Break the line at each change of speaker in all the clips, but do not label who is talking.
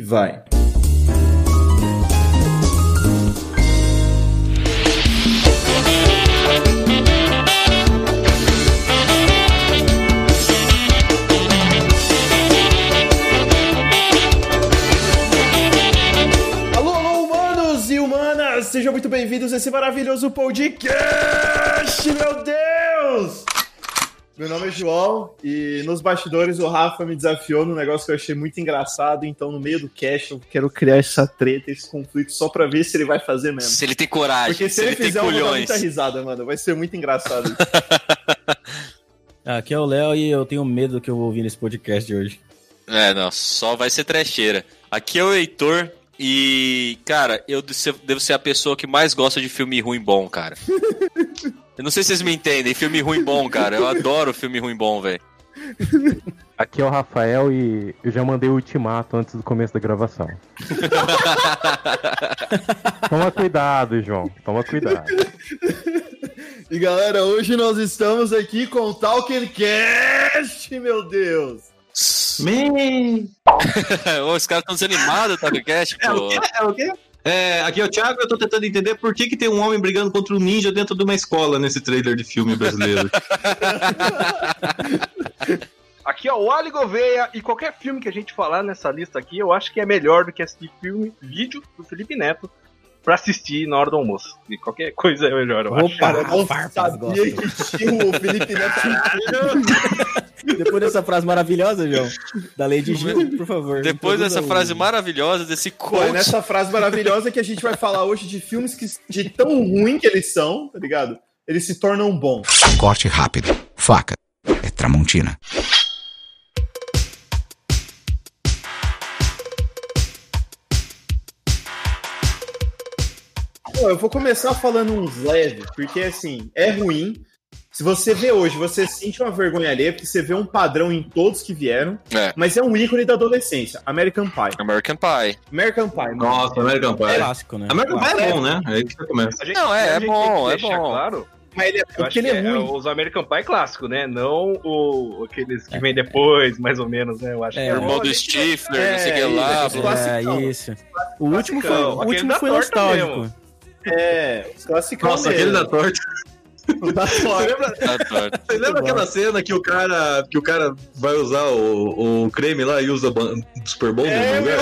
vai. Alô, alô, humanos e humanas! Sejam muito bem-vindos a esse maravilhoso podcast, meu Deus! Meu nome é João e nos bastidores o Rafa me desafiou num negócio que eu achei muito engraçado, então no meio do cast eu quero criar essa treta, esse conflito, só pra ver se ele vai fazer mesmo.
Se ele tem coragem,
Porque
se,
se ele
tem
fizer, eu vou dar
culhões.
muita risada, mano. Vai ser muito engraçado. isso.
Aqui é o Léo e eu tenho medo do que eu vou ouvir nesse podcast de hoje.
É, não, só vai ser trecheira. Aqui é o Heitor e, cara, eu de- ser- devo ser a pessoa que mais gosta de filme ruim bom, cara. Eu não sei se vocês me entendem, filme ruim bom, cara. Eu adoro filme ruim bom, velho.
Aqui é o Rafael e eu já mandei o ultimato antes do começo da gravação. Toma cuidado, João. Toma cuidado.
e galera, hoje nós estamos aqui com o Talkencast, meu Deus!
Ô, Os caras estão desanimados, tá no cast, pô.
É, o quê? É, aqui é o Thiago, eu tô tentando entender por que, que tem um homem brigando contra um ninja dentro de uma escola nesse trailer de filme brasileiro.
Aqui é o Ali Gouveia e qualquer filme que a gente falar nessa lista aqui, eu acho que é melhor do que assistir filme, vídeo do Felipe Neto pra assistir na hora do almoço. E qualquer coisa é melhor, eu acho.
Cara, eu não
farpas
sabia
gostam.
que tinha o Felipe Neto.
Depois dessa frase maravilhosa, João, da Lady Gil, por favor.
Depois
introduza
dessa
o-
frase maravilhosa, desse
Pô, é
coach.
nessa frase maravilhosa que a gente vai falar hoje de filmes que, de tão ruim que eles são, tá ligado? Eles se tornam bons.
Corte rápido. Faca. É Tramontina.
Pô, eu vou começar falando uns leves, porque assim, é ruim. Se você vê hoje, você sente uma vergonha alheia, porque você vê um padrão em todos que vieram,
É.
mas é um ícone da adolescência. American Pie.
American Pie.
American Pie. mano.
Nossa, American Pie.
Clássico, né?
American Pie é bom, né? É aí que você começa.
A gente-
Não, é,
a
é
gente
bom,
tem
é
que deixar
bom.
Claro,
Mas ele é,
eu
porque
acho que
ele é,
é,
ruim.
os American Pie clássico, né? Não o, aqueles
É.
que vem depois, mais ou menos, né? Eu acho
É,
que
o
Irmão do
Olha,
Stifler,
é,
não sei o que
é,
lá. blá, blá.
classicão.
É, isso. O último foi,
Classicão.
o
Aquele
último
da
foi
torta
nostálgico.
mesmo.
É, os classicão
Nossa, aquele
dele.
da torta. Você lembra,
Tá torto.
você lembra aquela cena que o cara que o cara vai usar o, o creme lá e usa ban- Super Bowl?
É,
né?
meu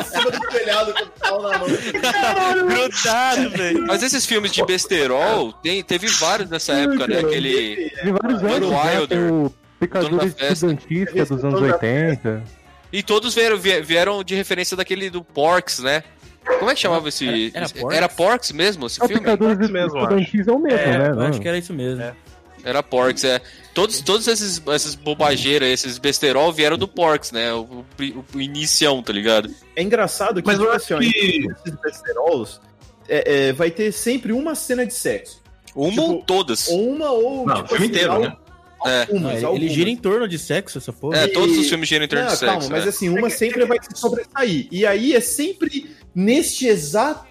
Em cima do telhado com o pau na mão.
Grudado, velho. Mas esses filmes de besterol, tem, teve vários nessa época, né? Aquele.
Tem vários
Mano
anos, né?
Wilder.
Tem o
Dono da
picadura
festa.
estudantística dos anos
Dono da
80.
E todos vieram, vie- vieram de referência daquele do Porks, né? Como é que chamava esse.
Era- era
esse-
Porks?
Era Porks mesmo esse
É o
filme?
picadura
Fox mesmo,
estudantis é o mesmo,
É,
né?
Eu acho
mano?
que era isso mesmo.
É.
Era Porks, é. Todos, todos esses, essas bobageiras, esses besterol vieram do Porks, né? O, o, pri- o inicião, tá ligado?
É engraçado que,
Mas eu
tipo assim,
acho
ó, em
que.
todos esses besterolos, é, é, vai ter sempre uma cena de sexo.
Uma
Tipo,
ou todas.
Ou uma ou. tipo assim,
Não, o filme inteiro, né?
É.
Não,
Algumas,
ele, ele
algumas.
gira em torno de sexo, essa porra.
É,
e-
todos os filmes giram em torno
Não,
de sexo.
calma, mas
é.
assim, uma sempre vai se sobressair. E aí é sempre neste exata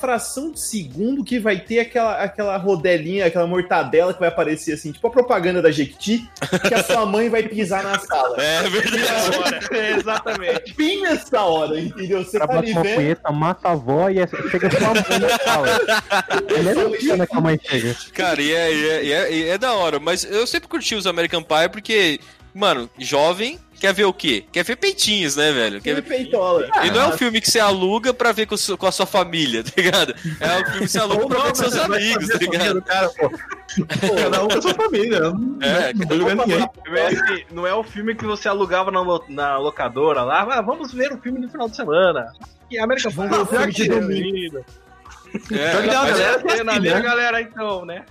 fração de segundo que vai ter aquela, aquela rodelinha, aquela mortadela que vai aparecer assim, tipo a propaganda da Jequiti, que a sua mãe vai pisar na sala.
É verdade.
É, exatamente.
Bem nessa hora, entendeu? Você
O cara
tá
bate
ali
uma
vendo.
punheta, mata a avó e é- chega só a mãe na sala. É a mesma cena que a mãe chega.
Cara, e é, e é, e é, e é da hora, mas eu sempre curti os American Pie porque, mano, jovem quer ver o quê? Quer ver peitinhos, né, velho? Quer
Que
ver...
peitola.
Ah,
E não é um filme que você aluga pra ver com, su- com a sua família, tá ligado? É um filme que você aluga pra ver com
né?
seus amigos, tá ligado?
Cara, pô. Cada um com a sua família. Não
É,
tô julgando ninguém.
Não é esse- Não é o filme que você alugava na, lo- na locadora lá. Ah, vamos ver o filme no final de semana. E American Pie. assim, né?
ver o filme de
domingo.
é,
Pior que
mas é-
tem uma galera que é
na
assim,
minha
né?
galera, então, né?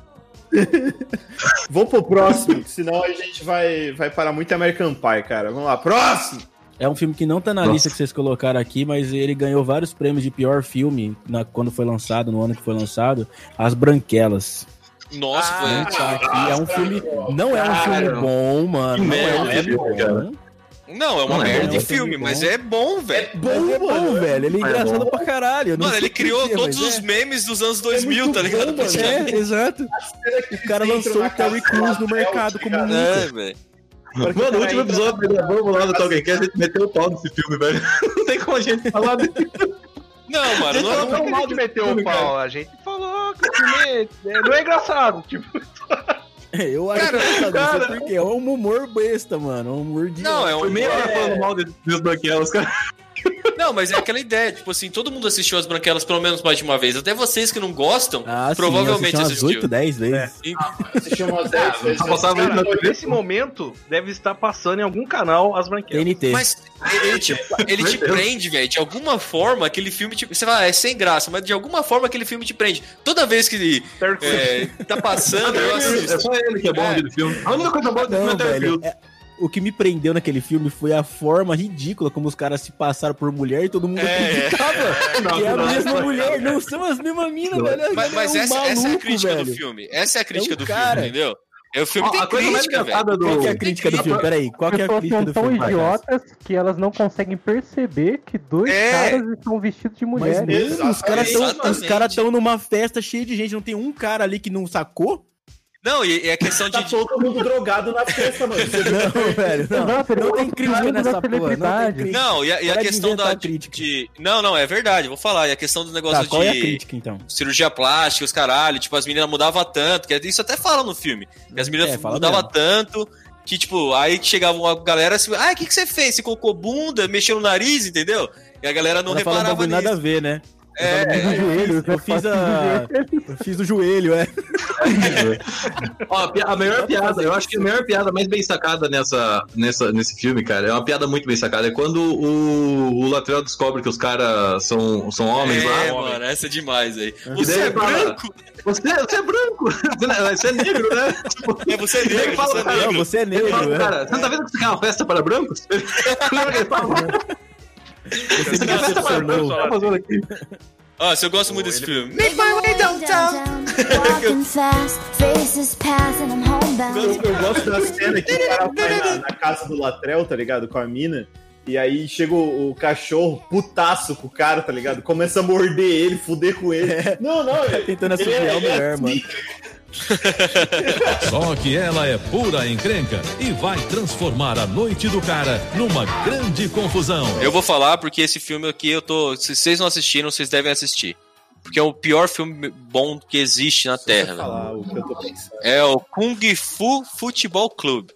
Vou pro próximo, senão a gente vai, vai parar muito American Pie, cara. Vamos lá, próximo!
É um filme que não tá na
Nossa.
lista que vocês colocaram aqui, mas ele ganhou vários prêmios de pior filme na- quando foi lançado, no ano que foi lançado, As Branquelas.
né?
Nossa,
Ah.
Não tá aqui. É um filme. Não é um
Cara.
filme bom, mano. Não é um
Merda,
filme bom.
cara.
foi. Não, é uma
Não, é
merda
bom,
de
é um
filme,
filme bom.
mas é bom, velho.
Mas é bom, velho. Ele é
Mas é
engraçado
bom.
pra caralho. eu não
Mano,
sei
ele criou
porquê,
todos
mas
os
é.
memes dos anos 2000, tá ligado?
É, exato. O cara lançou o Terry Crews no mercado como
É, velho.
Pra quem
Mano,
tá
o último
aí, tá-
episódio da Vamos lá do Talking Cast, a gente meteu o pau nesse filme, velho. Não tem como a gente falar dele.
Não, mano, não, é um-
Não, não, mal de meter o pau, a gente falou que o filme é- não é engraçado, tipo,
Eu acho engraçado isso, porque é um humor besta, mano. Um humor de.
não, é
Foi
um
meia hora falando mal de Deus Branquelas, cara.
Não, mas é aquela ideia, tipo assim, todo mundo assistiu as branquelas pelo menos mais de uma vez. Até vocês que não gostam,
Ah,
provavelmente
sim, umas
assistiu.
8, 10 vezes.
Assistiu umas 10 vezes.
Tá passando
cara,
na TV.
nesse momento deve estar passando em algum canal as branquelas.
TNT.
Mas ele te, ele te
Meu Deus.
prende, velho. De alguma forma, aquele filme te. Você fala, ah, é sem graça, mas de alguma forma aquele filme te prende. Toda vez que
Terry Crews.
é, tá passando, eu
É
assisto.
só ele que é bom
É.
de filme. A única coisa boa do filme é
Não,
o Terry
velho. é- o que me prendeu naquele filme foi a forma ridícula como os caras se passaram por mulher e todo mundo
É,
criticava. que é a
não,
mesma
não,
mulher, não são as mesmas minas,
Não.
velho.
Mas, mas
Ele é um
essa, essa é a
maluco,
crítica do
velho.
filme. Essa é a crítica
um
do
cara.
filme, entendeu? É, o filme
Ó,
tem
A coisa mais
crítica, velho.
engraçada do...
Qual que é a crítica do filme? Peraí, qual que é a
Pessoas
crítica
são
do
tão
filme? Marcos?
idiotas que elas não conseguem perceber que dois
É.
caras estão vestidos de
Mas,
Hum,
mulheres.
mano, os caras
Exatamente.
estão os cara tão numa festa cheia de gente, não tem um cara ali que não sacou?
Não, e, e a questão de.
Tá todo mundo drogado na festa, mano. Você viu?
Não, velho, não.
Exato, ele
Não
é
tem
um
crítica
filme
nessa porra, não
da
tem
celebridade.
crítica.
Não, e a, e a
Para de
questão da.
inventar crítica.
de- Não, não, é verdade, vou falar. E a questão do negócio
Tá, qual
de.
é a crítica, então?
cirurgia plástica, os caralho, tipo, as meninas mudavam tanto, que isso até fala no filme, que as meninas
É, fala
mudavam
mesmo.
tanto, que tipo, aí chegava uma galera assim, ah, o que, que você fez? Você colocou bunda, mexeu no nariz, entendeu? E a galera não
Ela fala um
reparava
bagulho
nisso.
nada a ver, né?
É,
Os joelhos,
Eu
né,
fiz
fazem
a...
joelhos.
Eu fiz o joelho, é.
Ó, a pi- a melhor piada, eu acho que a melhor piada mais bem sacada nessa, nessa, nesse filme, cara, é uma piada muito bem sacada. É quando o, o lateral descobre que os caras são, são homens lá.
é, mano, essa é demais aí.
Uhum.
E daí
Você é
ele fala,
branco?
Você, você é branco! Você é negro, né?
É, você é
Ele
negro,
fala,
você é
cara,
negro.
Não, você é
Ele
negro,
fala,
é.
cara, você não tá vendo que isso aqui é uma festa para brancos? Lembra que ele fala? Isso aqui é festa para
né?
brancos, tá fazendo aqui.
Ó, se eu gosto muito desse filme.
Make my way downtown. Walking fast, faces pass, and I'm homebound.
Eu, eu gosto da cena que o cara vai na, na casa do Latrell, tá ligado? Com a mina. E aí chega o, o cachorro putaço com o cara, tá ligado? Começa a morder ele, fuder com ele. Não, não, velho.
Tentando assustar o mulher, mano.
Só que ela é pura encrenca e vai transformar a noite do cara numa grande confusão.
Eu vou falar porque esse filme aqui eu tô. Se vocês não assistiram, vocês devem assistir. Porque é o pior filme bom que existe na Terra. velho.
falar o que eu tô pensando.
É o Kung Fu Futebol Clube.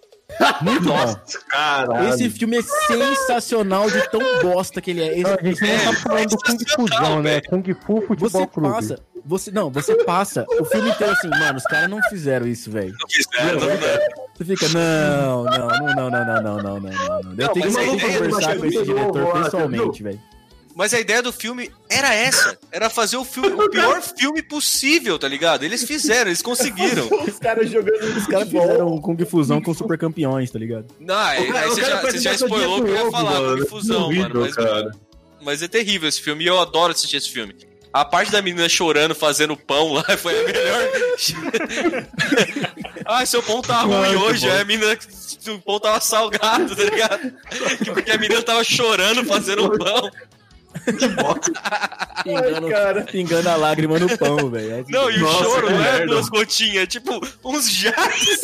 Muito bom.
Caralho.
Esse filme é sensacional de tão bosta que ele é.
Não,
Esse-
a gente não tá falando
é
do Kung Fuzão, né? Kung Fu Futebol
Você
Clube.
passa, você não, você passa o filme inteiro assim, mano, os caras não fizeram isso, velho.
Não fizeram, não fizeram.
Você fica, não, não, não, não, não, não, não, não, não, não. Eu
Não,
tenho
mas
que
a
eu tenho
ideia
que
do
conversar com esse
Machado Filho,
diretor
ó,
pessoalmente, velho.
Mas a ideia do filme era essa. Era fazer o filme o pior filme possível, tá ligado? Eles fizeram, eles conseguiram.
Os caras jogando.
Os caras fizeram um Kung Fusão com super campeões, tá ligado?
Não, aí,
O cara-
aí
o
você,
cara
já,
faz um
você já
uma coisa
spoilou o que eu ia
horrível,
falar,
mano. é
confusão, mano.
Horrível,
Mas,
cara.
mas é terrível esse filme e eu adoro assistir esse filme. A parte da menina chorando, fazendo pão lá, foi a melhor. ah, seu pão tá ruim hoje, é a menina. O pão tava salgado, tá ligado? Porque a menina tava chorando fazendo pão.
Pingando, pingando a lágrima no pão, velho. Aí-
Não, e
Nossa,
o choro
que
não é
merda.
duas gotinhas, é tipo uns jares.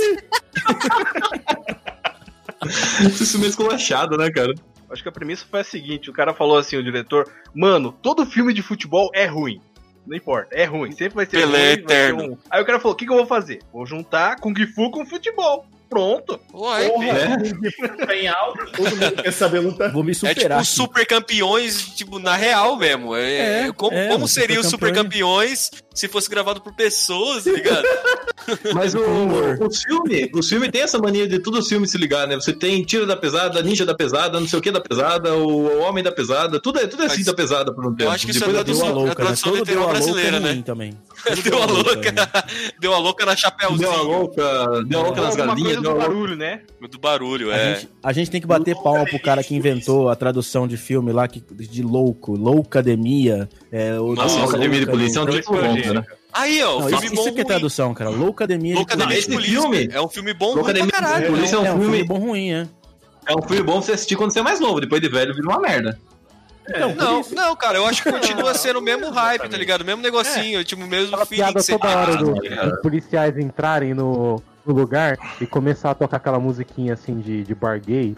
Isso mesmo esculachado, né, cara?
Acho que a premissa foi a seguinte: o cara falou assim, o diretor, mano, todo filme de futebol é ruim. Não importa, é ruim. Sempre vai ser
Pelé
ruim, vai ser
eterno.
um. Aí o cara falou: o que, que eu vou fazer? Vou juntar Kung Fu com futebol. Pronto.
Ué,
Porra, tá em alta. Todo mundo quer saber lutar.
Vou me
É tipo
superar.
os super campeões, tipo, na real mesmo. É,
É,
como
é,
como
os
seria os super
supercampeões.
campeões se fosse gravado por pessoas, tá ligado?
Mas o, o filme, o filme tem essa mania de todo filme se ligar, né? Você tem Tira da Pesada, Ninja da Pesada, não sei o que da Pesada, o Homem da Pesada, tudo é, tudo é assim
Mas
da Pesada por um tempo.
acho que isso
Depois
é
da-
do-
Deu a
a
louca, né?
tradução
Todo
literal
deu a louca
brasileira,
é
né?
ruim também.
Deu a louca. é.
né?
Deu a louca na Chapeuzinho.
Deu a louca, deu a louca nas
Alguma
galinhas,
coisa
deu a
do
louca.
barulho, né?
Do barulho,
A,
é.
gente, a gente tem que bater palma pro cara que inventou a tradução de filme lá que, de louco, Loucademia. É, o
Nossa,
Louca
Academia de
do-
Polícia é um
Dois
tipo bom, né?
progênios.
Aí, ó, o
Não,
filme
isso,
bom.
isso que é
ruim.
tradução, cara. Loucademia de
Loucademia
Esse
de Polícia.
filme-
É um filme bom ruim
Loucademia
pra
de
caralho.
Polícia é um filme-
bom ruim, é.
É um filme bom pra você assistir quando você é mais novo, depois de velho vira uma merda.
Então, por
É, Não,
isso-
não, cara, eu acho que continua sendo o mesmo hype, tá ligado? O mesmo negocinho, tipo, o mesmo
Aquela
feeling
piada
que você
toda hora
tem.
do- dos policiais entrarem no, no lugar e começar a tocar aquela musiquinha assim de, de bar gay.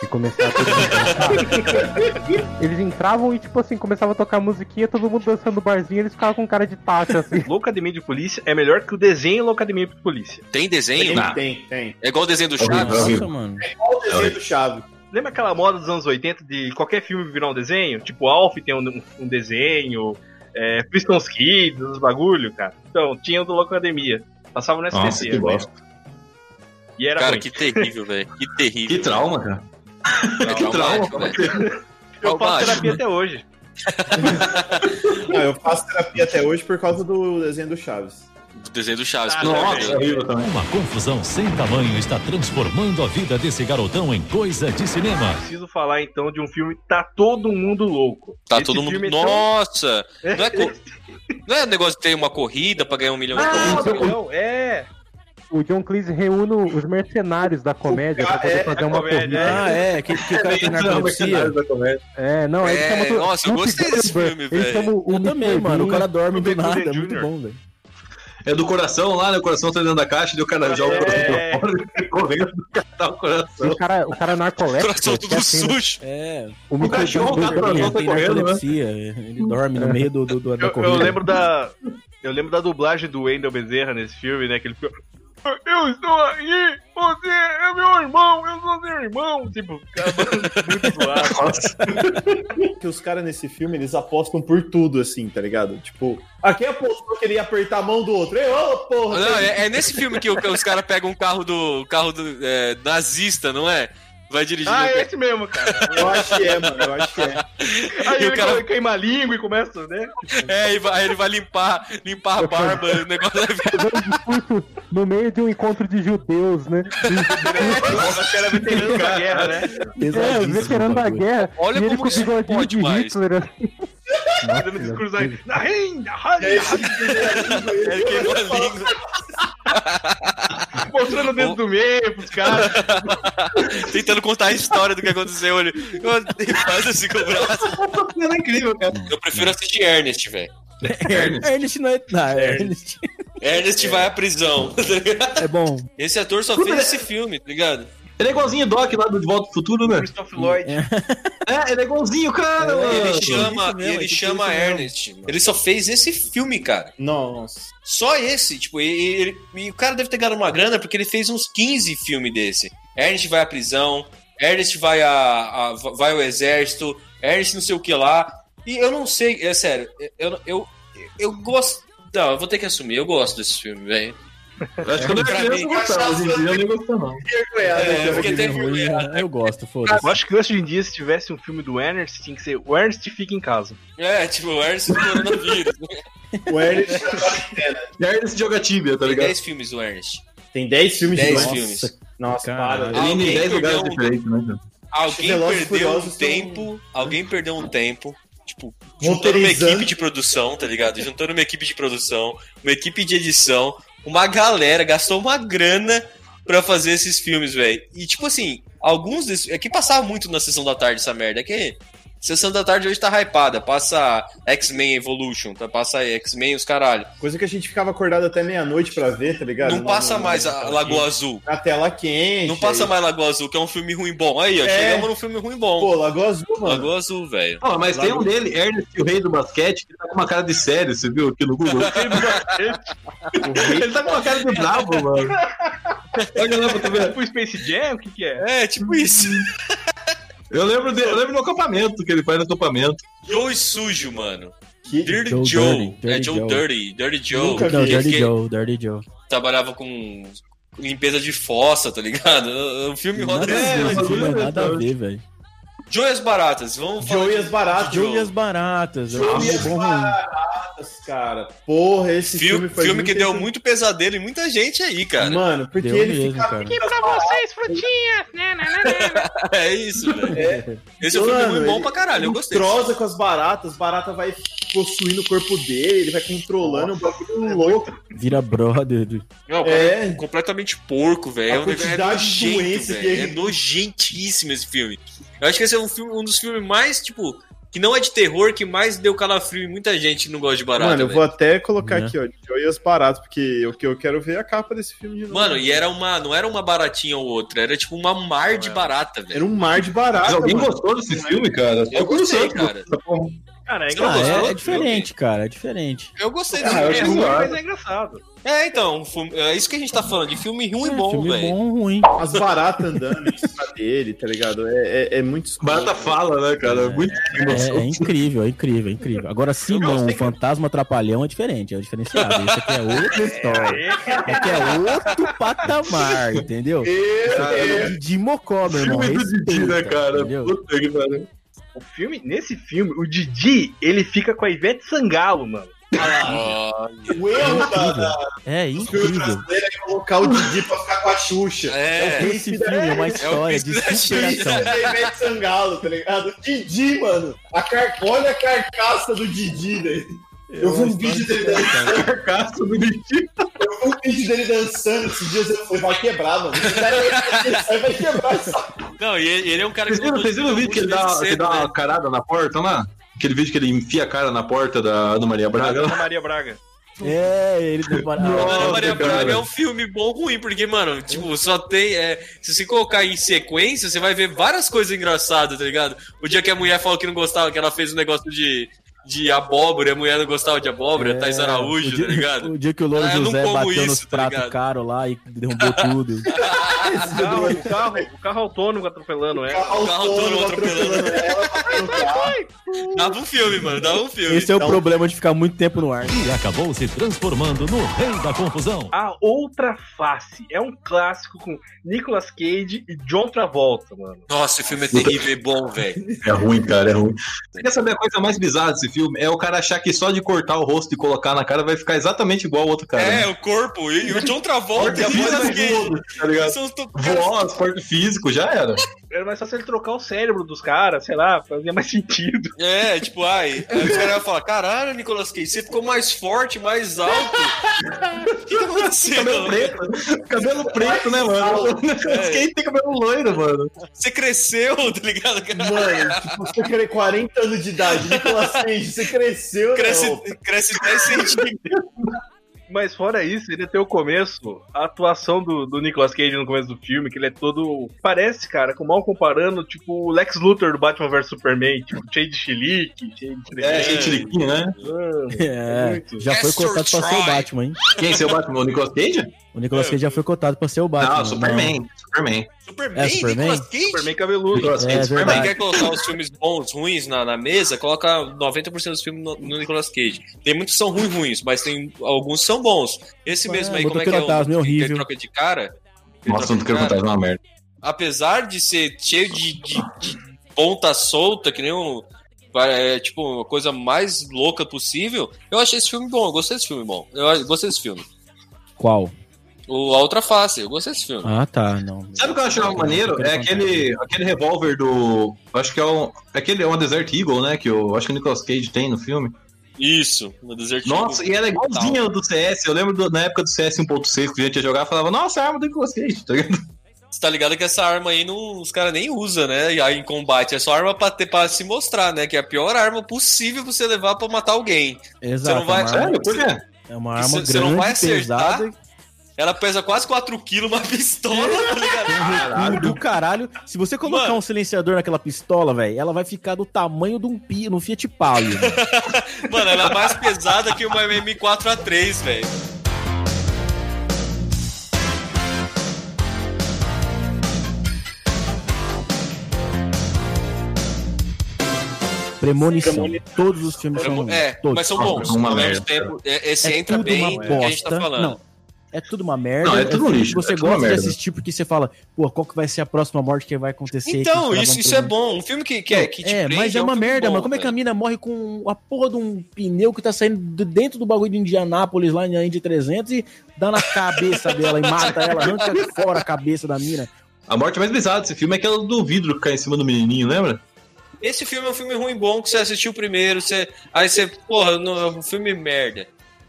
E começar a todo mundo dançar. Eles entravam e, tipo assim, começava a tocar musiquinha, todo mundo dançando no barzinho, eles ficavam com cara de taxa, assim.
Loucademia de Polícia é melhor que o desenho Loucademia de Polícia.
Tem desenho?
Tem, tem, tem.
É igual o desenho do
horrível.
Chaves?
Nossa, mano.
Olha o desenho do Chaves.
Lembra aquela moda dos anos 80 de qualquer filme virar um desenho? Tipo, Alf tem um, um desenho, é, Pistons Kids, os bagulho, cara. Então, tinha o do Loucademia. Passava no SBT.
Nossa, que
né?
bosta.
E era
Cara,
ruim.
que terrível, velho. Que terrível.
Que trauma, cara.
velho.
que trauma,
Traumático, velho.
Eu faço
Traumático.
terapia até hoje.
Ah, eu faço terapia até hoje por causa do desenho do Chaves.
O desenho do Chaves.
Ah,
pelo amor de
Nossa,
Deus.
é horrível também.
Uma confusão sem tamanho está transformando a vida desse garotão em coisa de cinema.
Preciso falar então de um filme Tá Todo Mundo Louco.
Tá
Esse
todo mundo.
filme é tão-
Nossa! Não, é co- não é negócio de ter uma corrida pra ganhar um milhão de
Tá
Ah,
dólares?
não, não, é.
O John Cleese reúne os mercenários da comédia pra poder
é,
fazer uma
comédia,
corrida.
Ah, é, que, que o cara
tá
tem
Então,
narcolepsia.
É, não, ele
É,
chama todo-
nossa, eu
Whoopi
gostei desse
Goldberg,
filme,
Ele
velho.
chama o
Eu
Whoopi
também, mano. O
Goldberg.
cara dorme do
Robert
nada.
Downey
Muito
Jr.
bom, velho.
É do coração lá, né? O coração tá dentro da caixa, daí o cara joga o coração
É.
pra fora e fica correndo pra catar o coração.
O cara, o cara
O
narcolético.
coração
que é
tudo
assim, né?
sujo.
É,
O Whoopi
cachorro
Goldberg
tá
também.
ele
Não
tem
correndo, né?
narcolepsia. Ele dorme no meio do, do, do- da
Eu,
corrida.
eu lembro da. Eu lembro da dublagem do Wendel Bezerra nesse filme, né? Que ele ficou. Eu estou aí! Você é meu irmão! Eu sou seu irmão! Tipo, cara, muito zoado.
Que os caras nesse filme, eles apostam por tudo, assim, tá ligado? Tipo, ah, quem apostou que ele ia apertar a mão do outro? Ei, ô, porra!
Não,
você-
é, é nesse filme que, o- que os caras pegam um carro do. carro do, é, nazista, não é? Vai dirigindo.
Ah, é esse mesmo, cara.
Eu acho que é, mano, eu acho que é.
Aí
E o
ele
cara-
queima a língua e começa, né?
É, e vai- aí ele vai limpar, limpar a barba, o negócio vai ficar
No meio de um encontro de judeus, né?
O cara é veterano da guerra, né?
É,
Pesadíssimo,
veterano da
bagulho.
guerra.
Olha
e ele
como
com o
isso é
bigodinho
pode
de
mais.
Hitler. assim.
Dando um discurso aí. Na renda,
queimando a língua.
mostrando o dedo do meio pros caras.
Tentando contar a história do que aconteceu. Ele ele faz assim com o braço.
É incrível, cara.
Eu prefiro assistir Ernest, velho.
É, Ernest não é. Não, Ernest.
Ernest vai à prisão. tá ligado?
É bom.
É. Esse ator só fez esse filme, tá ligado?
Ele é igualzinho o Doc lá do De Volta pro Futuro, né?
Christopher Lloyd.
É, ele é igualzinho, cara, mano.
Ele
isso
chama,
mesmo, é
ele
tipo
chama
isso mesmo.
Ernest. mano. Ele só fez esse filme, cara.
Nossa.
Só esse. Tipo, e- e- ele, e o cara deve ter ganhado uma grana porque ele fez uns 15 filmes desse. Ernest vai à prisão, Ernest vai, a, a- vai ao exército, Ernest não sei o que lá. E eu não sei, é sério, eu, eu, eu gosto. Não, eu vou ter que assumir, eu gosto desse filme, velho.
Acho que quando eu era
Pra
criança
mim,
eu gostava, hoje em dia eu nem gostava, não.
É, eu fiquei até
Filme ruim,
envergonhado.
eu gosto, foda-se.
Eu acho que hoje em dia, se tivesse um filme do Ernest, tinha que ser o Ernest Fica em Casa.
É, tipo, o Ernest do coronavírus.
O Ernest
E aí ele se joga tíbia, tá
Tem
ligado?
10 filmes do Ernest.
tem 10 filmes
10
de
filmes.
Nossa,
Caralho.
para.
Ele anda em
Alguém
10 lugares
perdeu um-
diferentes, né? cara?
Alguém
Velozes e
perdeu um
Furiosos são-
tempo, alguém perdeu um tempo, tipo, juntando uma
Roteirizando.
equipe de produção, tá ligado? Juntando uma equipe de produção, uma equipe de edição, uma galera, gastou uma grana pra fazer esses filmes, velho. E tipo assim, alguns desses. É que passava muito na sessão da tarde essa merda, é que. Sessão da tarde hoje tá hypada, passa X-Men Evolution, tá? passa X-Men os caralho.
Coisa que a gente ficava acordado até meia-noite pra ver, tá ligado?
Não
Na-
passa
na-
mais
na
a
tela
Lagoa
quente.
Azul.
Na tela quente.
Não passa
aí.
mais Lagoa Azul, que é um filme ruim bom. Aí, ó,
É.
chegamos num filme ruim bom.
Pô, Lagoa Azul, mano.
Lagoa Azul, velho.
Ó, mas tem um dele, Ernest, o rei do basquete, que tá com uma cara de sério, você viu aqui no Google? ele tá com uma cara de brabo, mano. Olha lá pra tu
É.
ver.
Tipo Space Jam, o que que é?
É, tipo isso.
Eu lembro, de, eu lembro no acampamento, que ele faz no acampamento.
Joe é sujo, mano.
Que-
Dirty
Joe
Joe.
Dirty,
é Joe
Joe.
Dirty. Dirty Joe.
Nunca vi.
Eu
Não, Dirty
fiquei-
Joe, Dirty Joe.
Trabalhava com limpeza de fossa, tá ligado? O filme roda. assim,
Nada a ver,
mas
esse filme é
olha,
nada a ver, velho.
Joe e as Baratas. Vamos falar.
Joey
de-
e as Baratas.
de Joe.
Joe e as Baratas. eu
Joey e
acho é
as
bom ruim.
Baratas, cara. Porra, esse
Filme,
filme,
filme, que deu
muito
muito pesadelo em muita gente aí, cara.
Mano, porque
Deu
ele
mesmo,
ficava
cara.
aqui
Pra vocês, frutinhas! Né, né, né, né.
É isso, velho. Esse é um filme
Mano,
muito bom
ele-
pra caralho. Eu gostei.
trosa com as baratas, barata vai possuindo o corpo dele, ele vai controlando o bagulho louco.
Vira brother. do-
Não, cara, é.
É,
completamente porco, velho.
A
É um negócio- é
quantidade de
nojento,
doença que
velho.
ele-
É nojentíssimo esse filme. Eu acho que esse é um, filme, um dos filmes mais, tipo, que não é de terror, que mais deu calafrio em muita gente que não gosta de barata.
mano, eu
velho.
vou até colocar
Né?
aqui, ó, Joe eu ia parado, porque o que eu quero ver é a capa desse filme de novo.
Mano, e era uma. Não era uma baratinha ou outra, era tipo uma mar de barata, velho.
Era um mar de barato.
Mas alguém gostou desse um filme, cara?
Ah,
Só
tá Eu
com o
gostei,
Santos.
cara.
Cara, é
Você
engraçado.
não
Ah,
gostou?
é, é diferente, cara, é diferente.
Eu gostei
Ah, eu
desse
É
filme.
ruim,
zoado.
mas é engraçado.
É, então, um filme- é isso que a gente tá falando, de filme ruim e
É,
bom,
filme
velho.
bom, ruim.
As baratas andando em cima dele, tá ligado? É, é, é muito escuro.
Barata fala, né, cara? É muito
É, é
inocente.
incrível, é incrível, é incrível. Agora, Simão, o fantasma atrapalhão é diferente, é diferenciado. Isso aqui é outra história. Isso aqui é outro patamar, entendeu?
é, Cara,
De Mocó, meu irmão.
Filme do Didi, né,
respeita,
cara?
entendeu?
Puta que pariu.
O filme, nesse filme, o Didi, ele fica com a Ivete Sangalo, mano.
Ah,
O erro da, da
É incrível.
colocar o Didi pra ficar com a Xuxa.
é.
Esse filme é
um
uma história de
príncipe da
superação.
Didi da Ivete Sangalo, tá ligado? Didi, mano. A car... Olha a carcaça do Didi, velho.
É
Eu vi um vídeo dele dançando.
Carcaça do É, Didi.
Eu vi um vídeo dele dançando esses dias. Eu falei, vai quebrar, mano. Esse cara vai- vai quebrar essa.
Não, e ele, ele é um cara
Vocês viram,
gostou
vocês viram o
de
vídeo que ele dá,
muito
que dá
cedo,
uma
né?
carada na porta lá? Aquele vídeo que ele enfia a cara na porta da Ana Maria Braga lá?
Ana Maria Braga.
É, ele não para.
Nossa,
Ah, Ana Maria
cara.
Braga é um filme bom ou ruim, porque, mano, tipo, só tem. é, se você colocar em sequência, você vai ver várias coisas engraçadas, tá ligado? O dia que a mulher falou que não gostava, que ela fez um negócio de, de abóbora, e a mulher não gostava de abóbora,
É,
Thais
o
Araújo,
dia-
tá ligado?
O dia que o Louro
Ah, eu não
José
como
bateu
isso,
nos
tá
pratos
ligado?
caros lá e derrubou tudo.
Ah,
O carro, o carro, o carro autônomo atropelando ela.
O carro todo atropelando. Dava um filme, mano, dava um filme.
Esse é o
Então-
problema de ficar muito tempo no ar.
E acabou se transformando no rei da confusão.
A Outra Face. É um clássico com Nicolas Cage e John Travolta, mano.
Nossa, o filme é terrível e bom, velho.
É ruim, cara, é ruim. Você quer saber a coisa mais bizarra desse filme? É o cara achar que só de cortar o rosto e colocar na cara vai ficar exatamente igual ao outro
Tá.
cara.
É, o corpo, e o John Travolta e a voz
Físico,
gay.
tá ligado?
São os to-
é Voz, forte físico, já era.
Era mais fácil ele trocar o cérebro dos caras, sei lá, fazia mais sentido.
É, tipo, ai. Aí os caras iam falar: caralho, Nicolas Cage, você ficou mais forte, mais alto. O que tá
Cabelo
acontecendo?
preto. Cabelo preto, né, mano? Quem tem cabelo loiro, mano?
Você cresceu, tá ligado?
Mano, tipo, você quer 40 anos de idade, Nicolas Cage, você cresceu, né, não.
Cresce, cresce 10 centímetros.
Mas fora isso, ele tem o começo, a atuação do, do Nicolas Cage no começo do filme, que ele é todo. Parece, cara, com mal comparando, tipo o Lex Luthor do Batman vs Superman, tipo, cheio de chilique, cheio de.
É, gente liquinho, né?
É, já foi
Castor
cotado pra ser o
Troy. É.
Batman, hein?
Quem é seu Batman? O Nicolas Cage?
O Nicolas Cage já foi cotado pra ser o Batman.
Não, Superman. Superman.
Superman,
É, Superman?
Nicolas Cage?
Superman cabeludo.
Nicolas Cage,
É
Superman.
Quem
verdade.
quer colocar os filmes bons, ruins na, na mesa, coloca 90% dos filmes no, no Nicolas Cage. Tem muitos que são ruins, ruins, mas tem alguns que são bons. Esse
É,
mesmo aí,
Motoqueiro
como é que é o
Fantasma é
que ele
horrível.
troca de cara? Ele
Nossa,
troca
não
de
quero
cara.
contar é uma merda.
apesar de ser cheio de, de- de ponta solta, que nem um. É, tipo, uma coisa mais louca possível. Eu achei esse filme bom, eu gostei desse filme bom. Eu a- gostei desse filme.
Qual?
O A Outra Face, eu gostei desse filme.
Ah, tá, não.
Sabe o que eu achava maneiro? É aquele, aquele revólver do. Acho que é um. Aquele é uma Desert Eagle, né? Que eu acho que o Nicolas Cage tem no filme.
Isso, no Desert
Nossa, e ela é igualzinha do CS. Eu lembro do- na época do CS 1.6 que a gente ia jogar e falava, nossa, é a arma do Nicolas Cage. Tá ligado?
Você tá ligado que essa arma aí não, os caras nem usam, né? E aí em combate. É só arma pra, ter, pra se mostrar, né? Que é a pior arma possível pra você levar pra matar alguém.
Exato,
não vai-
é uma arma-
Sério? Por quê?
é uma arma
Você-
grande,
você não vai acertar?
pesada,
Ela pesa quase 4kg, uma pistola, tá ligado?
caralho. do caralho. Se você colocar
Mano.
um silenciador naquela pistola, velho, ela vai ficar do tamanho de um, pi, um Fiat Palio.
Mano, ela é mais pesada que uma M4A3, velho.
Premonição. Todos os filmes são ruins.
É,
todos.
mas são
Nossa,
bons.
uma
Ao mesmo
merda.
tempo, é- esse
é
entra
tudo
bem
uma
no
bosta.
que a gente tá falando.
Não. É tudo uma merda.
Não, é tudo um
filme
lixo,
que Você
é tudo uma
gosta de
merda.
assistir porque você fala, pô, qual que vai ser a próxima morte que vai acontecer?
Então,
que os caras
isso,
vão
isso é
pro-
bom. Um filme que, que, é, que te
é,
prende
mas é
um
uma
filme
merda,
bom,
mano. Como é que a
velho.
mina morre com a porra de um pneu que tá saindo de dentro do bagulho de Indianápolis, lá na Indy 300, e dá na cabeça dela e mata ela, arranca fora a cabeça da mina.
A morte mais bizarra desse filme é aquela do vidro que cai em cima do menininho, lembra?
Esse filme é um filme ruim bom que você assistiu primeiro, você... aí você, porra, não, é um filme merda.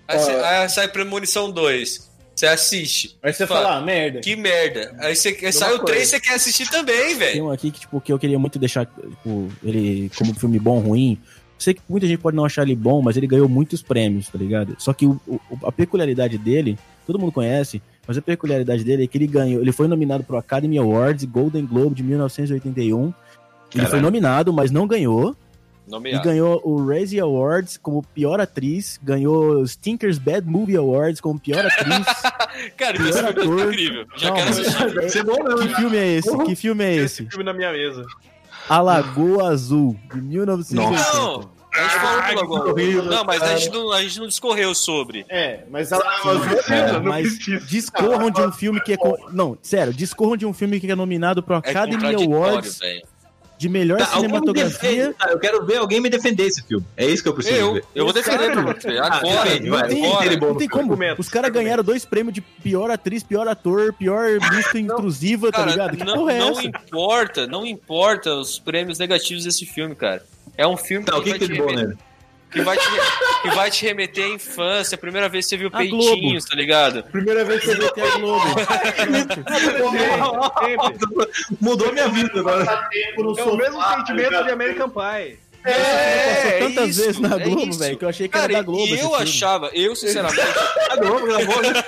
Aí, você-
Ah.
aí sai Premonição 2. Você assiste.
Aí você
Fala.
fala, ah, merda.
Que merda. Aí você aí sai o 3 você quer assistir também,
Tem
velho.
um aqui que, tipo, que eu queria muito deixar, tipo, ele como filme bom, ruim, sei que muita gente pode não achar ele bom, mas ele ganhou muitos prêmios, tá ligado? Só que o- o- a peculiaridade dele, todo mundo conhece, mas a peculiaridade dele é que ele ganhou, ele foi nominado pro Academy Awards e Golden Globe de 1981. Ele foi
Caralho.
nominado, mas não ganhou. E
Nomeado.
ganhou o Razzie Awards como pior atriz, ganhou o Stinkers Bad Movie Awards como pior atriz.
Cara, esse filme
Ator.
é incrível. Já
Não,
quero
mas-
assistir.
Deve ser bom mesmo.
que filme é esse? Que filme é
Tem
esse?
esse filme na minha mesa.
A Lagoa Azul, de 1980.
Não! A gente falou tudo agora. Não, mas a
É.
gente não, a gente não discorreu sobre.
É, mas ela.
né?
Precisa, não
É, mas
precisa.
discorram de um filme que é. co- Não, sério, discorram de um filme que é nominado pro
É
Academy
contraditório,
Awards
velho.
de melhor
Tá, alguém me defende,
cinematografia.
tá? Eu quero ver alguém me defender esse filme. É isso que eu preciso
Eu,
ver.
eu vou defender pra você. Agora,
defende, vai.
agora.
Tem- tem-
ah, Não tem como.
Argumentos,
Os caras ganharam dois prêmios de pior atriz, pior ator, pior música intrusiva, tá
Cara,
ligado? Que
não,
porra é
não
essa?
importa, não importa os prêmios negativos desse filme, cara. É um filme
Tá, o que, que
vai
tem
te
de bom
remeter-
nele?
que vai te, re- que vai te remeter à infância, a primeira vez que você viu
A
peitinhos,
Globo.
tá ligado?
Primeira vez que eu vi até
é
a Globo.
Sempre.
Mudou minha vida agora.
Passar tempo no
É o
sofá,
mesmo
tá
sentimento
ligado?
de American Pie.
Passou
é
tantas
isso,
vezes na
é
Globo,
isso.
velho, que eu achei que
Cara,
era da Globo.
e
esse
eu
filme.
achava, eu sinceramente,
Tá bom, gravou, né?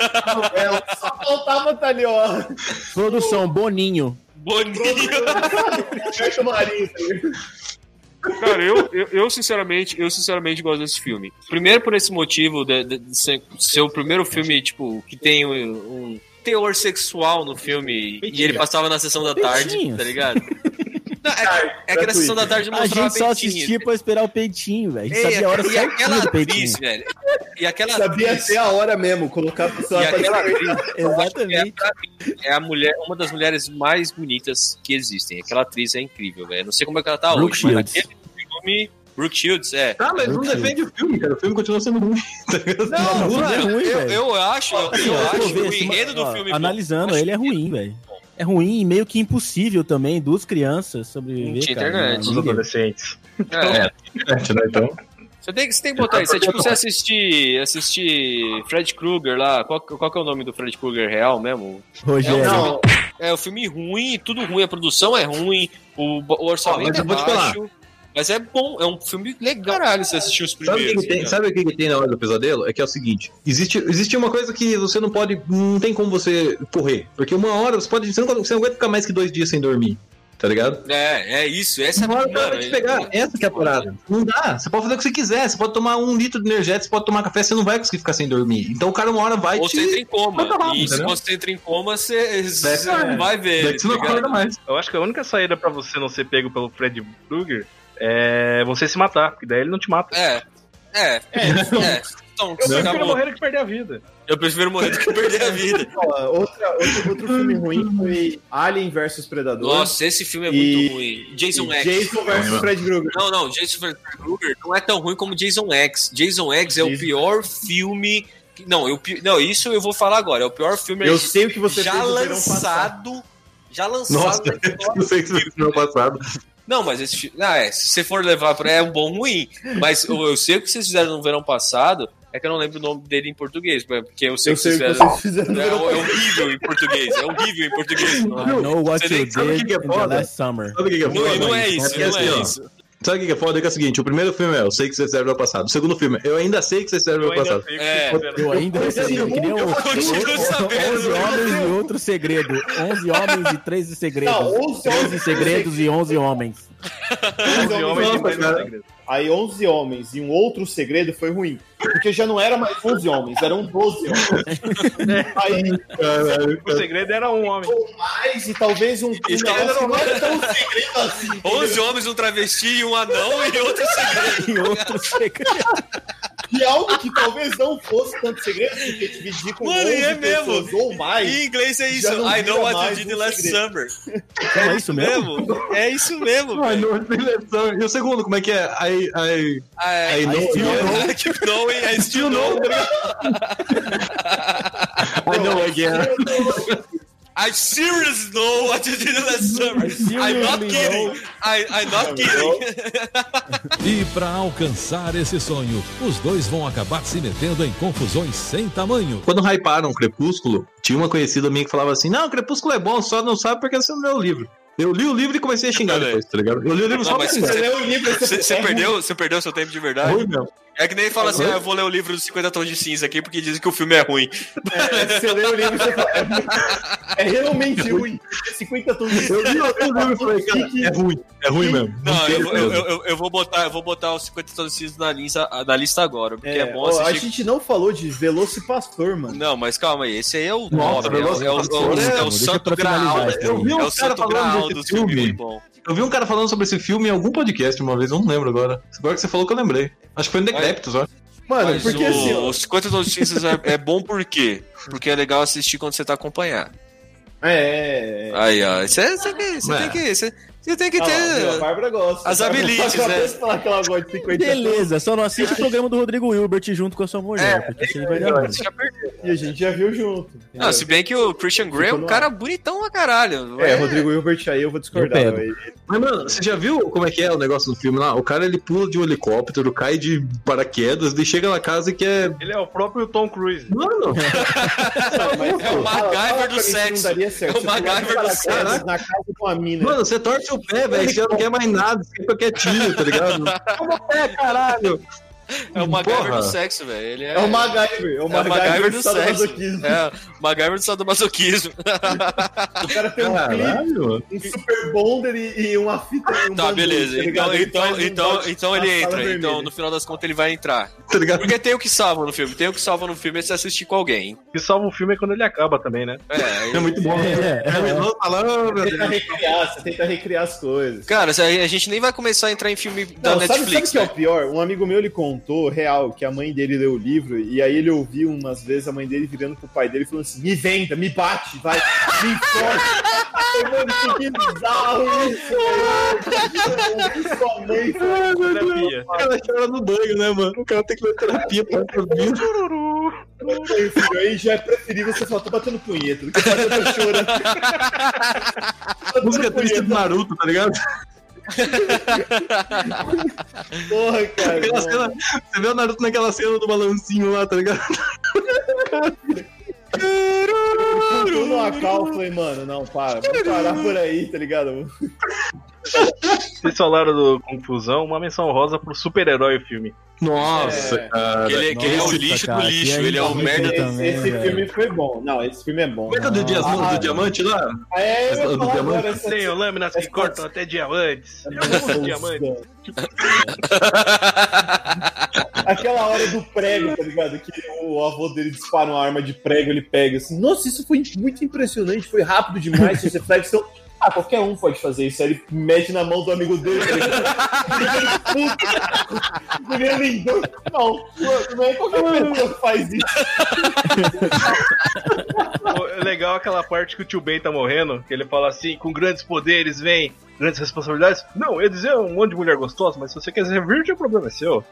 Ela só faltava tá ali, ó.
Produção, Boninho.
Boninho.
Fecha o nariz. tá ligado?
Cara, eu, eu, eu sinceramente, eu sinceramente gosto desse filme. Primeiro por esse motivo de, de- de ser, ser o primeiro filme, tipo, que tem um, um teor sexual no filme e ele passava na sessão da tarde,
Peitinhos.
tá ligado? Não, é, é que na sessão da tarde
A
mostrava
gente só
peitinho.
assistia pra esperar o peitinho, velho. A gente
Ei,
sabia a hora
e aquela
certinha do
atriz,
peitinho.
velho. E aquela
Sabia
atriz,
até a hora mesmo, colocar a pessoa
e
pra
aquela atriz é,
Exatamente.
pra mim, é a mulher, uma das mulheres mais bonitas que existem. Aquela atriz é incrível, velho. Não sei como é que ela tá
Brooke
hoje, mas
Shields.
naquele filme, Brooke Shields, é.
Tá, mas não defende o filme, cara. O filme continua sendo ruim. tá ligado?
Não, o filme é ruim,
eu,
velho.
eu acho, eu,
Assim,
eu
ó, se
acho
for
que o
ver, se-
enredo do
ó,
filme.
Analisando,
Acho
ele é
que-
ruim, velho. É ruim e meio que impossível também, duas crianças sobreviver.
Tinha
cara, é
internet.
na
Os
ilha.
adolescentes.
É,
Gente, né, então.
Você tem, que- você tem que botar isso. É tipo você assistir, assistir Fred Krueger lá. Qual, qual que é o nome do Fred Krueger real mesmo?
Rogério.
Não, É o filme ruim, tudo ruim, a produção é ruim, o, o
Ó, mas
orçamento
eu vou
é
te
baixo. Mas é bom, é um filme legal. Caralho, você assistiu os
Sabe o que,
primeiros.
que tem,
né?
sabe o que, que tem na hora do pesadelo? É que é o seguinte: existe, existe uma coisa que você não pode. Não tem como você correr. Porque uma hora você pode. Você não, você não aguenta ficar mais que dois dias sem dormir. Tá ligado?
É, é isso. Essa
Uma hora o cara
mano,
vai te
é-
pegar. Essa que é a parada. Não dá. Você pode fazer o que você quiser. Você pode tomar um litro de energético, você pode tomar café, você não vai conseguir ficar sem dormir. Então o cara uma hora vai
Ou você entra
te.
em coma.
Vai tomar,
e se
entendeu?
você entra em coma, você, você
É,
não vai ver.
Daí você não
tá ligado?
acorda mais.
Eu acho que a única saída pra você não ser pego pelo Fred Krueger é você se matar, porque daí ele não te mata.
É. É. É. Então, acabou.
Eu prefiro morrer do que perder a vida.
Eu prefiro morrer do que perder a vida.
Ó, outra, outro, outro filme ruim foi Alien vs Predador.
Nossa, esse filme é muito
E-
ruim. Jason
e
X.
Jason vs Fred Krueger.
Não, não, Jason Krueger não é tão ruim como Jason X. Jason X é o
Jason-
pior filme. que- Não, eu, pi- não, isso eu vou falar agora. É o pior filme
Eu sei o que você
já
fez no verão passado.
lançado. Já lançado.
Nossa,
na história.
não sei se foi no passado.
Não, mas esse filme. Ah, é, se você for levar pra. É um bom ruim. Mas eu, eu sei o que vocês fizeram no verão passado. É que eu não lembro o nome dele em português. Porque eu sei
Eu
que
sei o
vocês
que
fizeram.
vocês fizeram. no
É, é
verão
horrível em português. É horrível em português.
I know
Você
what you
nem-
did
sabe o que que é
in the
foda?
last summer.
Sabe o que, que é
Não,
foda?
e não é
mano?
isso,
porque assim,
não é
ó,
isso.
Sabe o que que é foda? É que é o seguinte: o primeiro filme é Eu Sei Que Vocês Fizeram no Passado. O segundo filme é Eu Ainda Sei Que Vocês Fizeram
Eu
no
ainda
Passado.
sei o que
É.
vocês fizeram.
Eu ainda não sei, eu queria um,
continuo sabendo.
11 homens e outro segredo. 11 homens e 13 segredos.
Não, 11
13 segredos e 11 homens.
11 homens
Nossa,
e mais um
cara.
segredo.
Aí 11 homens e um outro segredo foi ruim. Porque já não era mais 11 homens, eram 12 homens. Aí
Caralho,
O segredo era um homem.
mais e talvez um.
Isso
um
aí
negócio
não-
não era tão segredo assim.
11 homens, um travesti e um anão e outro segredo.
E outro segredo.
E algo que talvez não fosse tanto segredo, porque dividir com
Mano, e
11
é mesmo.
pessoas ou mais.
Em inglês é isso.
Já não
I
vira
know what
mais
you did
um
last
segredo.
summer.
É isso mesmo?
Mesmo? É isso mesmo.
Ai,
velho.
não tem noção. E o segundo, como é que é? Aí, aí.
I,
I know-
know. I keep knowing, I still know.
I know again.
I seriously know what you did last summer. I'm not
seriously
kidding.
know.
I, I'm not kidding.
E para alcançar esse sonho, os dois vão acabar se metendo em confusões sem tamanho.
Quando hyparam o Crepúsculo, tinha uma conhecida minha que falava assim: Não, o Crepúsculo é bom, só não sabe porque você não leu o livro. Eu li o livro e comecei a xingar
Eu também.
depois, tá ligado? Eu li o livro só
Não,
pra
mas
xingar.
você-
leu o livro essa
Você você perdeu, você perdeu seu tempo de
É
verdade?
ruim mesmo.
É que nem fala assim,
Oi?
ah, eu vou ler o livro dos 50 tons de cinza aqui porque dizem que o filme é ruim.
É, você leu o livro e você fala. É, muito- é realmente ruim. 50 tons de
Eu li o livro e falei, cara, é ruim, é ruim mesmo.
Não,
tem
eu, vou- eu,
mesmo.
eu, eu- eu vou botar, eu vou botar os 50 tons de cinza na lista, na lista agora, porque é, bom
ó, a
assistir.
gente não falou de Velocipastor, mano.
Não, mas calma aí, esse aí é o
Nossa,
nome, é, o- é, o- é o-
Velocipastor,
é
né?
o
Deixa
santo
pra finalizar
graal,
isso aí.
é
Eu vi um
o
cara
santo
falando
graal
desse
dos filmes
filme.
muito é bom.
Eu vi um cara falando sobre esse filme em algum podcast uma vez, eu não lembro agora. Agora que você falou que eu lembrei. Acho que foi no Decreptos, ó.
Mano,
Mas
porque
o,
assim, ó,
os 50 tons de cinza é, é bom por quê? Porque é legal assistir quando você tá acompanhado.
É, é, é.
Aí, ó, você você tem que, você
É.
tem que, você- você Ah, tem que
Ah,
ter...
ó, a Bárbara gosta.
as
Tá?
habilites,
Só que ela
né?
pensa falar que ela gosta de 50
Beleza, só não assiste o programa do Rodrigo Hilbert junto com a sua mulher, porque isso aí vai dar merda.
E a gente já viu junto.
Não, se bem que o Christian Grey é um cara bonitão pra caralho.
É, Rodrigo Hilbert aí eu vou discordar.
Eu pego.
velho.
Mas, mano, você já viu como é que é o negócio do filme lá? O cara ele pula de um helicóptero, cai de paraquedas, daí chega na casa e quer.
Ele é o próprio Tom Cruise.
Mano!
Mas,
É o
fala- fala
MacGyver
pra
do
mim que
sexo.
Não daria certo.
É
Você
o né?
pular de
MacGyver do
paraquedas
sexo.
Na casa com a mina.
Mano, você torce o pé, velho, você já não quer mais nada, você fica quietinho, tá ligado? Toma o pé, caralho!
É o MacGyver
Porra.
do sexo, velho. Ele é,
é o MacGyver. É o
é o
MacGyver do
sexo.
sadomasoquismo.
É, o MacGyver do sadomasoquismo.
O cara tem um
Ah,
clipe,
Caralho!
um super bonder e, e uma fita. Um
Tá,
bambu, tá
beleza. Então,
ligado? Ele faz
então,
um
então,
balde
então
na
ele
sala
entra.
vermelha.
Então, no final das contas, ele vai entrar.
Tá ligado?
Porque tem o que salva no filme. Tem o que salva no filme é se assistir com alguém.
O que salva o filme é quando ele acaba também, né?
É,
É muito bom, né?
É,
É,
é.
não, falando, meu
Você tenta
Deus.
recriar, você tenta recriar as coisas.
Cara, a gente nem vai começar a entrar em filme da
Não, sabe- sabe o
Netflix.
que é o
né?
pior? Um amigo meu ele contou, real, que a mãe dele leu o livro e aí ele ouviu umas vezes a mãe dele virando pro pai dele falando assim: me venda, me bate, vai, me enforca. Eu, Mano, que bizarro isso, velho. Sua mãe
é
falou,
Terapia.
O cara chora no banho, né, mano? O cara tem que ver terapia pra vida.
"Meu filho, aí já é preferível você falar, tô batendo punheta, do que fazer eu tô chorando.
Música triste do Naruto, tá ligado?
Porra, cara.
Aquela
mano.
cena, você vê o Naruto naquela cena do balancinho lá, tá ligado?
Eu no acal, falei, mano, não, para, vamos parar por aí, tá ligado?
Vocês falaram do Confusão, uma menção rosa pro super-herói o filme.
Nossa,
É.
cara.
Que ele, que ele é o
Nossa,
lixo
cara,
do
que
lixo.
aí
Ele é o
tá muito
merda.
bem.
Esse,
também,
esse
velho.
filme foi bom. Não, esse filme é bom.
Como é que é do, dias,
Ah,
do diamante lá?
É,
Essa
eu ia
do
falar
diamante?
agora, essa-
Tenho lâminas que cortam até diamantes. Eu amo diamantes.
Aquela hora do prego, tá ligado? Que o avô dele dispara uma arma de prego, ele pega assim. Nossa, isso foi muito impressionante, foi rápido demais. Seus reflexos são. Ah, qualquer um pode fazer isso. Aí ele mete na mão do amigo dele. tá ligado? Ele puto. Ele é lindão. Não, não é qualquer pessoa que faz isso.
Pô, é Legal aquela parte que o tio Ben tá morrendo, que ele fala assim, com grandes poderes vem grandes responsabilidades. Não, eu ia dizer um monte de mulher gostosa, mas se você quer ser virgem, o problema é seu.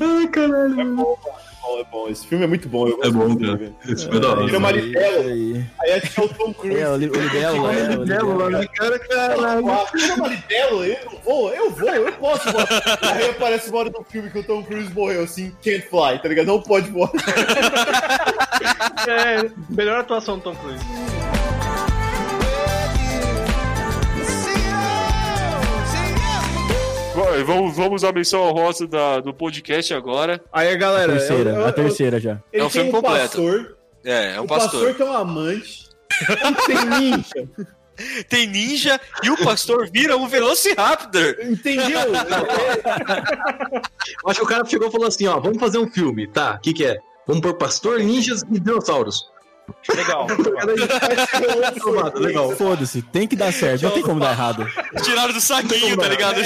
Ai, caralho.
Bom, é bom. Esse filme é muito bom. Eu gosto
É bom,
muito,
cara.
velho.
Esse foi da hora. né?
Vira Maribel,
É,
aí é o Tom Cruise.
o Li- o Libelo, é, o Libelo.
Cara,
é-
caralho.
Chama Maribelo, eu vou, eu vou, eu posso voar. Aí aparece uma hora do filme que o Tom Cruise morreu, assim, can't fly, tá ligado? Não pode voar.
É, melhor atuação do Tom Cruise.
Vamos, vamos à menção honrosa da, do podcast agora.
Aí,
A
galera,
terceira,
eu- eu-
a terceira já.
ele
É um
tem
filme
um
completo.
pastor,
É, é um
o pastor.
pastor.
que é um amante, e tem ninja,
Tem ninja e o pastor vira um Velociraptor.
entendeu?
Eu Acho que o cara chegou e falou assim, ó, vamos fazer um filme. Tá, o que que é? Vamos pôr Pastor, Ninjas e Dinossauros.
Legal.
Aprovado, legal.
Foda-se, tem que dar certo, não tem como dar errado.
Tiraram do saquinho, tá ligado?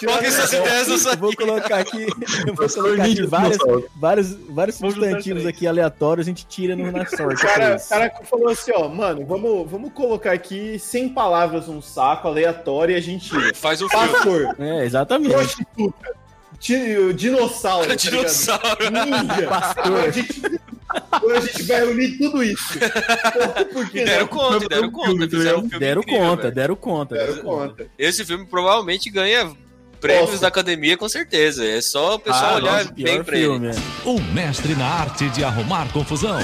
Coloca essas ideias no
Eu vou
saquinho.
colocar aqui, eu vou
Pastor,
colocar aqui
Ninjas e
vários,
Dinossauros.
vários, vários
Vamos juntar
substantivos
três.
aqui aleatórios, a gente tira no, na sorte.
O cara,
depois.
o cara falou assim, ó, mano, vamos, vamos colocar aqui 100 palavras num saco aleatório e a gente tira.
Faz um filme.
Pastor,
É, exatamente.
prostituta, ti- dinossauro, tá ligado?
um Dinossauro.
Ninja. Agora a gente, agora a gente vai unir tudo isso. Por- Por
E
que
deram
não?
conta,
Mas
deram
foi um
conta.
filme,
Fizeram um
entendeu?
filme
Deram
incrível,
conta,
velho.
deram conta,
Deram conta.
Esse filme provavelmente ganha prêmios
Nossa.
da academia, com certeza. É só o pessoal
Ah,
olhar
Nossa,
bem
pior
pra ele.
filme. é.
Um mestre na arte de arrumar confusão.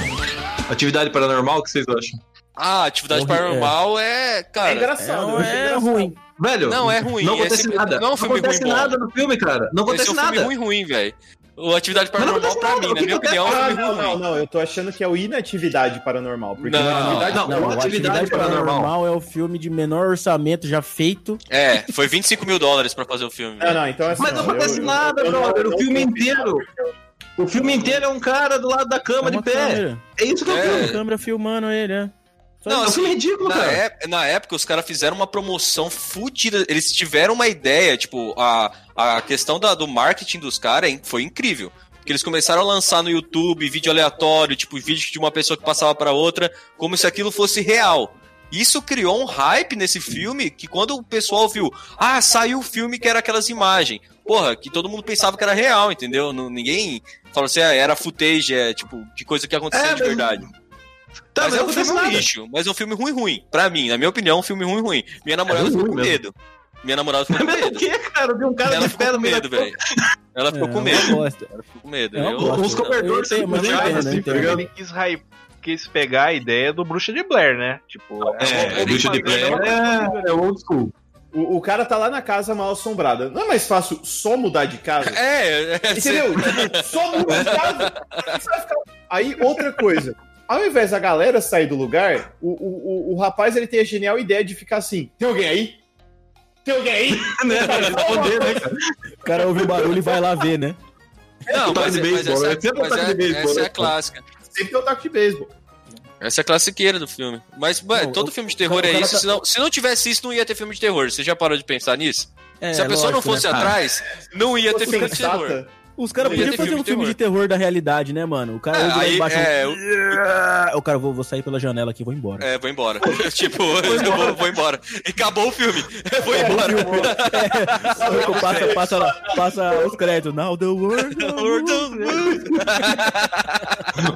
Atividade paranormal, o que vocês acham?
Ah, atividade
Horri-
paranormal é,
É
cara.
engraçado. eu
um
Não,
achei
é
engraçado.
ruim.
Velho,
Não, é ruim,
Não
é
acontece
sempre-
nada.
não é um filme ruim
acontece
bom.
nada no filme, cara.
Esse é
Não acontece
um
nada.
filme ruim, ruim, velho. O Atividade
não
Paranormal,
acontece
pra
nada,
mim,
o
na
que
minha
acontece?
opinião, é um
Ah,
filme
não,
ruim.
não, não. Eu tô achando que é o inatividade paranormal. Porque é
Não.
inatividade
Não,
Não,
não,
o Atividade Paranormal é o filme de menor orçamento já feito.
É, foi 25 mil dólares pra fazer o filme.
Não, não, então assim.
Mas não acontece
eu- eu-
nada,
eu não-
brother.
eu
o
não
filme
tô-
inteiro. O filme inteiro é um cara do lado da cama
É
de
uma
pé.
câmera.
É isso que eu
É. assim,
vi.
Uma câmera filmando ele, né?
Não, é um filme ridículo,
Na,
cara.
ép- é, na época, os caras fizeram uma promoção fudida. Eles tiveram uma ideia, tipo, a, a questão da- do marketing dos caras hein, foi incrível. Porque eles começaram a lançar no YouTube vídeo aleatório, tipo, vídeo de uma pessoa que passava pra outra, como se aquilo fosse real. Isso criou um hype nesse filme que quando o pessoal viu, ah, saiu o filme que era aquelas imagens. Porra, que todo mundo pensava que era real, entendeu? Não- ninguém falou assim, ah, era footage, é tipo, de coisa que aconteceu
É,
de
mas-
verdade
Tá,
mas, é um
acontece
filme lixo, mas é um filme ruim ruim. Pra mim, na minha opinião, é um filme ruim ruim. Minha namorada
ruim
ficou com
mesmo.
medo. Minha namorada ficou com
Mas o
medo.
que, cara? Eu vi um cara
Ela
de pé
ficou
no
com
meio
medo,
da
velho. Ela ficou com
É,
medo.
eu gosto.
Ficou com medo.
É uma
Eu-
bosta.
Os cobertores
Eu
são
entendo, mas eu
puxados,
entendo, eu
assim, tá
entendo.
ligado?
Ele quis, hype, quis pegar a ideia do Bruxa de Blair, né? Tipo,
É, Bruxa de Blair
É, é old school.
O, o cara tá lá na casa mal assombrada. Não é mais fácil só mudar de casa?
É, é,
Entendeu? Tipo, só muda de casa. Você vai ficar- Aí, outra coisa. Ao invés da galera sair do lugar, o, o, o, o rapaz ele tem a genial ideia de ficar assim: tem alguém aí? Tem alguém aí?
Né? Poder, né, cara?
O cara ouve o barulho e vai lá ver, né?
Não,
Ataque
mas,
de
é- mas
beisebol,
essa,
né? Sempre
mas
ataque de
é-
beisebol,
essa é
né?
a clássica.
Sempre tem o taco de beisebol.
Essa é a classiqueira do filme. Mas, mano,
Não,
todo
o-
filme de terror
o
é
cara
isso.
tá-
Se, não, se não tivesse isso, não ia ter filme de terror. Você já parou de pensar nisso?
É,
se a pessoa não
lógico,
fosse
né, cara?
atrás, não ia ter
Nossa,
filme de terror.
sensata.
Os caras
não ia
podiam
ter
fazer
filme
um
de
filme de terror da realidade, né, mano? O cara
É,
ouve lá
aí,
embaixo.
é,
um- O cara, vou, vou sair pela janela aqui, vou embora.
É, vou embora. tipo, eu vou, vou embora. E acabou o filme. vou embora.
É, passa, passa, lá, passa os créditos. Now the world.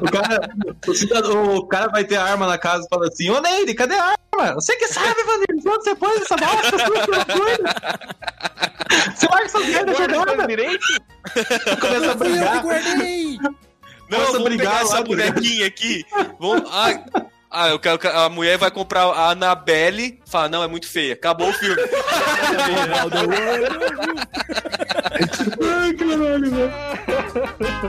O cara, o, cidadão- o cara vai ter a arma na casa e fala assim: Ô Neide, cadê a arma? Você que sabe, Vanderlei, onde você pôs essa bosta? sua loucura?" Você larga essas merdas jogada? Começa a brigar.
Não,
Nossa,
vamos
obrigado,
pegar essa
lá, obrigado.
bonequinha aqui. Vamos... Ah, ah, eu quero que a mulher vai comprar a Annabelle. Fala, não, é muito feia. Acabou o filme.
Now the world.
Ai, caralho, velho.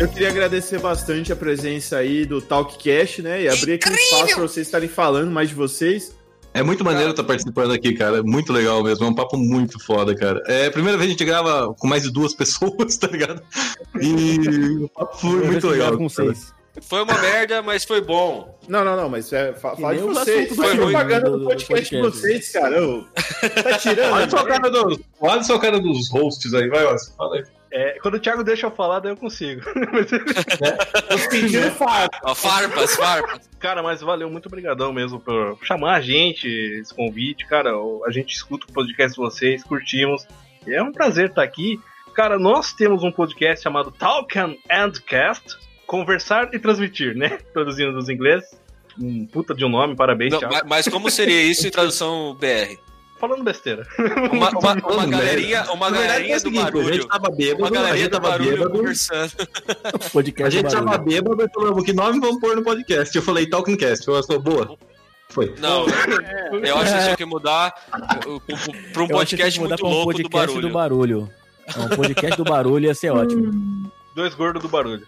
Eu queria agradecer bastante a presença aí do Talkcast, né? E abrir aqui um espaço pra vocês estarem falando mais de vocês.
É muito maneiro estar participando aqui, cara. É muito legal mesmo. É um papo muito foda, cara. É a primeira vez que a gente grava com mais de duas pessoas, tá ligado? E o papo foi tá muito legal.
Com
cara.
seis.
Foi uma merda, mas foi bom.
Não, não, não, mas é, fa
Que
fala de
nem os
vocês.
assuntos
Foi
do-
propaganda
do-
do
do
podcast de
podcast.
vocês, cara. Ô, Tá tirando.
Olha só a cara dos, olha só a cara dos hosts aí, vai, ó. Fala aí.
É, quando o Thiago deixa eu falar, daí eu consigo.
Fingindo fato.
Ó, farpas, farpas.
Cara, mas valeu, muito obrigadão mesmo por chamar a gente, esse convite. Cara, o- a gente escuta o podcast de vocês, curtimos. E É um prazer estar aqui. Cara, nós temos um podcast chamado Talk and Cast, Conversar e Transmitir, né? Traduzindo dos ingleses. Um puta de um nome, parabéns,
Não,
Thiago.
mas, mas como seria isso em tradução BR?
Falando besteira.
Uma, uma, uma
Falando
galerinha, uma
Na verdade,
galerinha
é o
do
seguinte, A gente
barulho.
tava bêbado,
Uma galerinha
a gente
do
tava
barulho
bêbado,
conversando.
a
Um Podcast
gente
barulho.
tava bêbado e falamos que nome vamos pôr no podcast. Eu falei Talkingcast, eu falei, boa. Foi.
Não, eu acho que tinha que mudar uh, uh, pro- pro um
é. Eu acho que tem
podcast
que mudar
muito
pra um
louco do
podcast
barulho.
do barulho. É, Um podcast do barulho ia ser ótimo.
Dois gordos do barulho.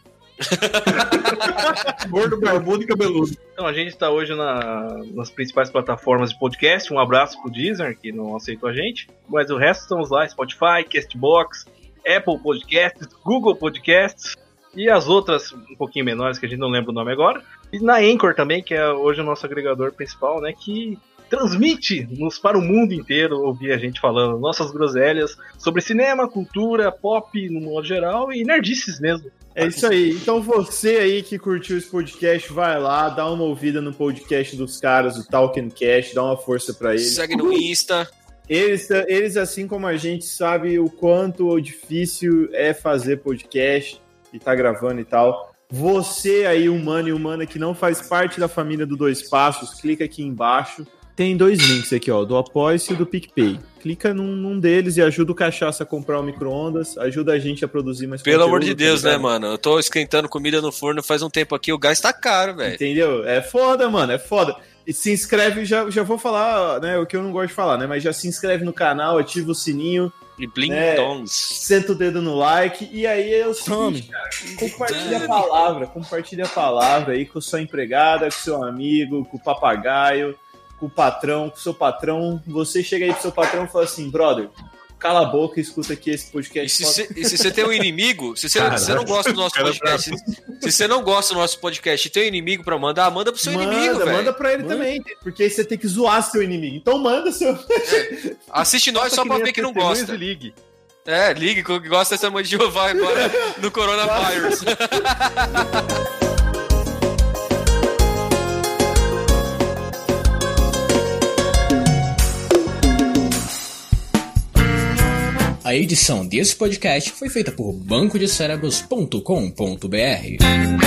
Gordo, barbudo e cabeludo.
Então a gente está hoje na- nas principais plataformas de podcast. Um abraço pro Deezer, que não aceitou a gente. Mas o resto estamos lá: Spotify, Castbox, Apple Podcasts, Google Podcasts e as outras um pouquinho menores que a gente não lembra o nome agora. E na Anchor também, que é hoje o nosso agregador principal, né? Que transmite-nos para o mundo inteiro ouvir a gente falando nossas groselhas sobre cinema, cultura, pop no modo geral e nerdices mesmo.
É isso aí. Então você aí que curtiu esse podcast, vai lá, dá uma ouvida no podcast dos caras, o Talking Cast, dá uma força pra eles.
Segue no Insta.
Eles, eles, assim como a gente, sabe o quanto difícil é fazer podcast e tá gravando e tal. Você aí, humano e humana, que não faz parte da família do Dois Passos, clica aqui embaixo. Tem dois links aqui, ó, do Apoia-se e do PicPay. Clica num, num deles e ajuda o Cachaça a comprar o micro-ondas, ajuda a gente a produzir mais
Pelo
conteúdo,
amor
tá
de Deus, né,
ligado?
mano? Eu tô esquentando comida no forno faz um tempo aqui, o gás tá caro, velho.
Entendeu? É foda, mano, é foda. E se inscreve, já, já vou falar, né, o que eu não gosto de falar, né, mas já se inscreve no canal, ativa o sininho,
E bling
É.
tons.
senta o dedo no like e aí é eu
Tome.
Compartilha a palavra, compartilha a palavra aí com sua empregada, com seu amigo, com o papagaio, com o patrão, com o seu patrão. Você chega aí pro seu patrão e fala assim, brother, cala a boca e escuta aqui esse
É. E
podcast.
se cê- e se você tem um inimigo, se você
Caralho.
se você não gosta do nosso
é
Cara
podcast, se você não gosta do nosso podcast e tem um inimigo pra mandar, manda pro é seu
manda,
inimigo,
manda
velho.
pra ele também, porque aí você tem que zoar seu inimigo. Então manda seu.
Assiste nós só pra ver que não
Testemunhas
gosta.
e ligue.
É, ligue, que gosta dessa mãe de Jeová agora no coronavírus.
A edição desse podcast foi feita por bancodecerebros.com.br.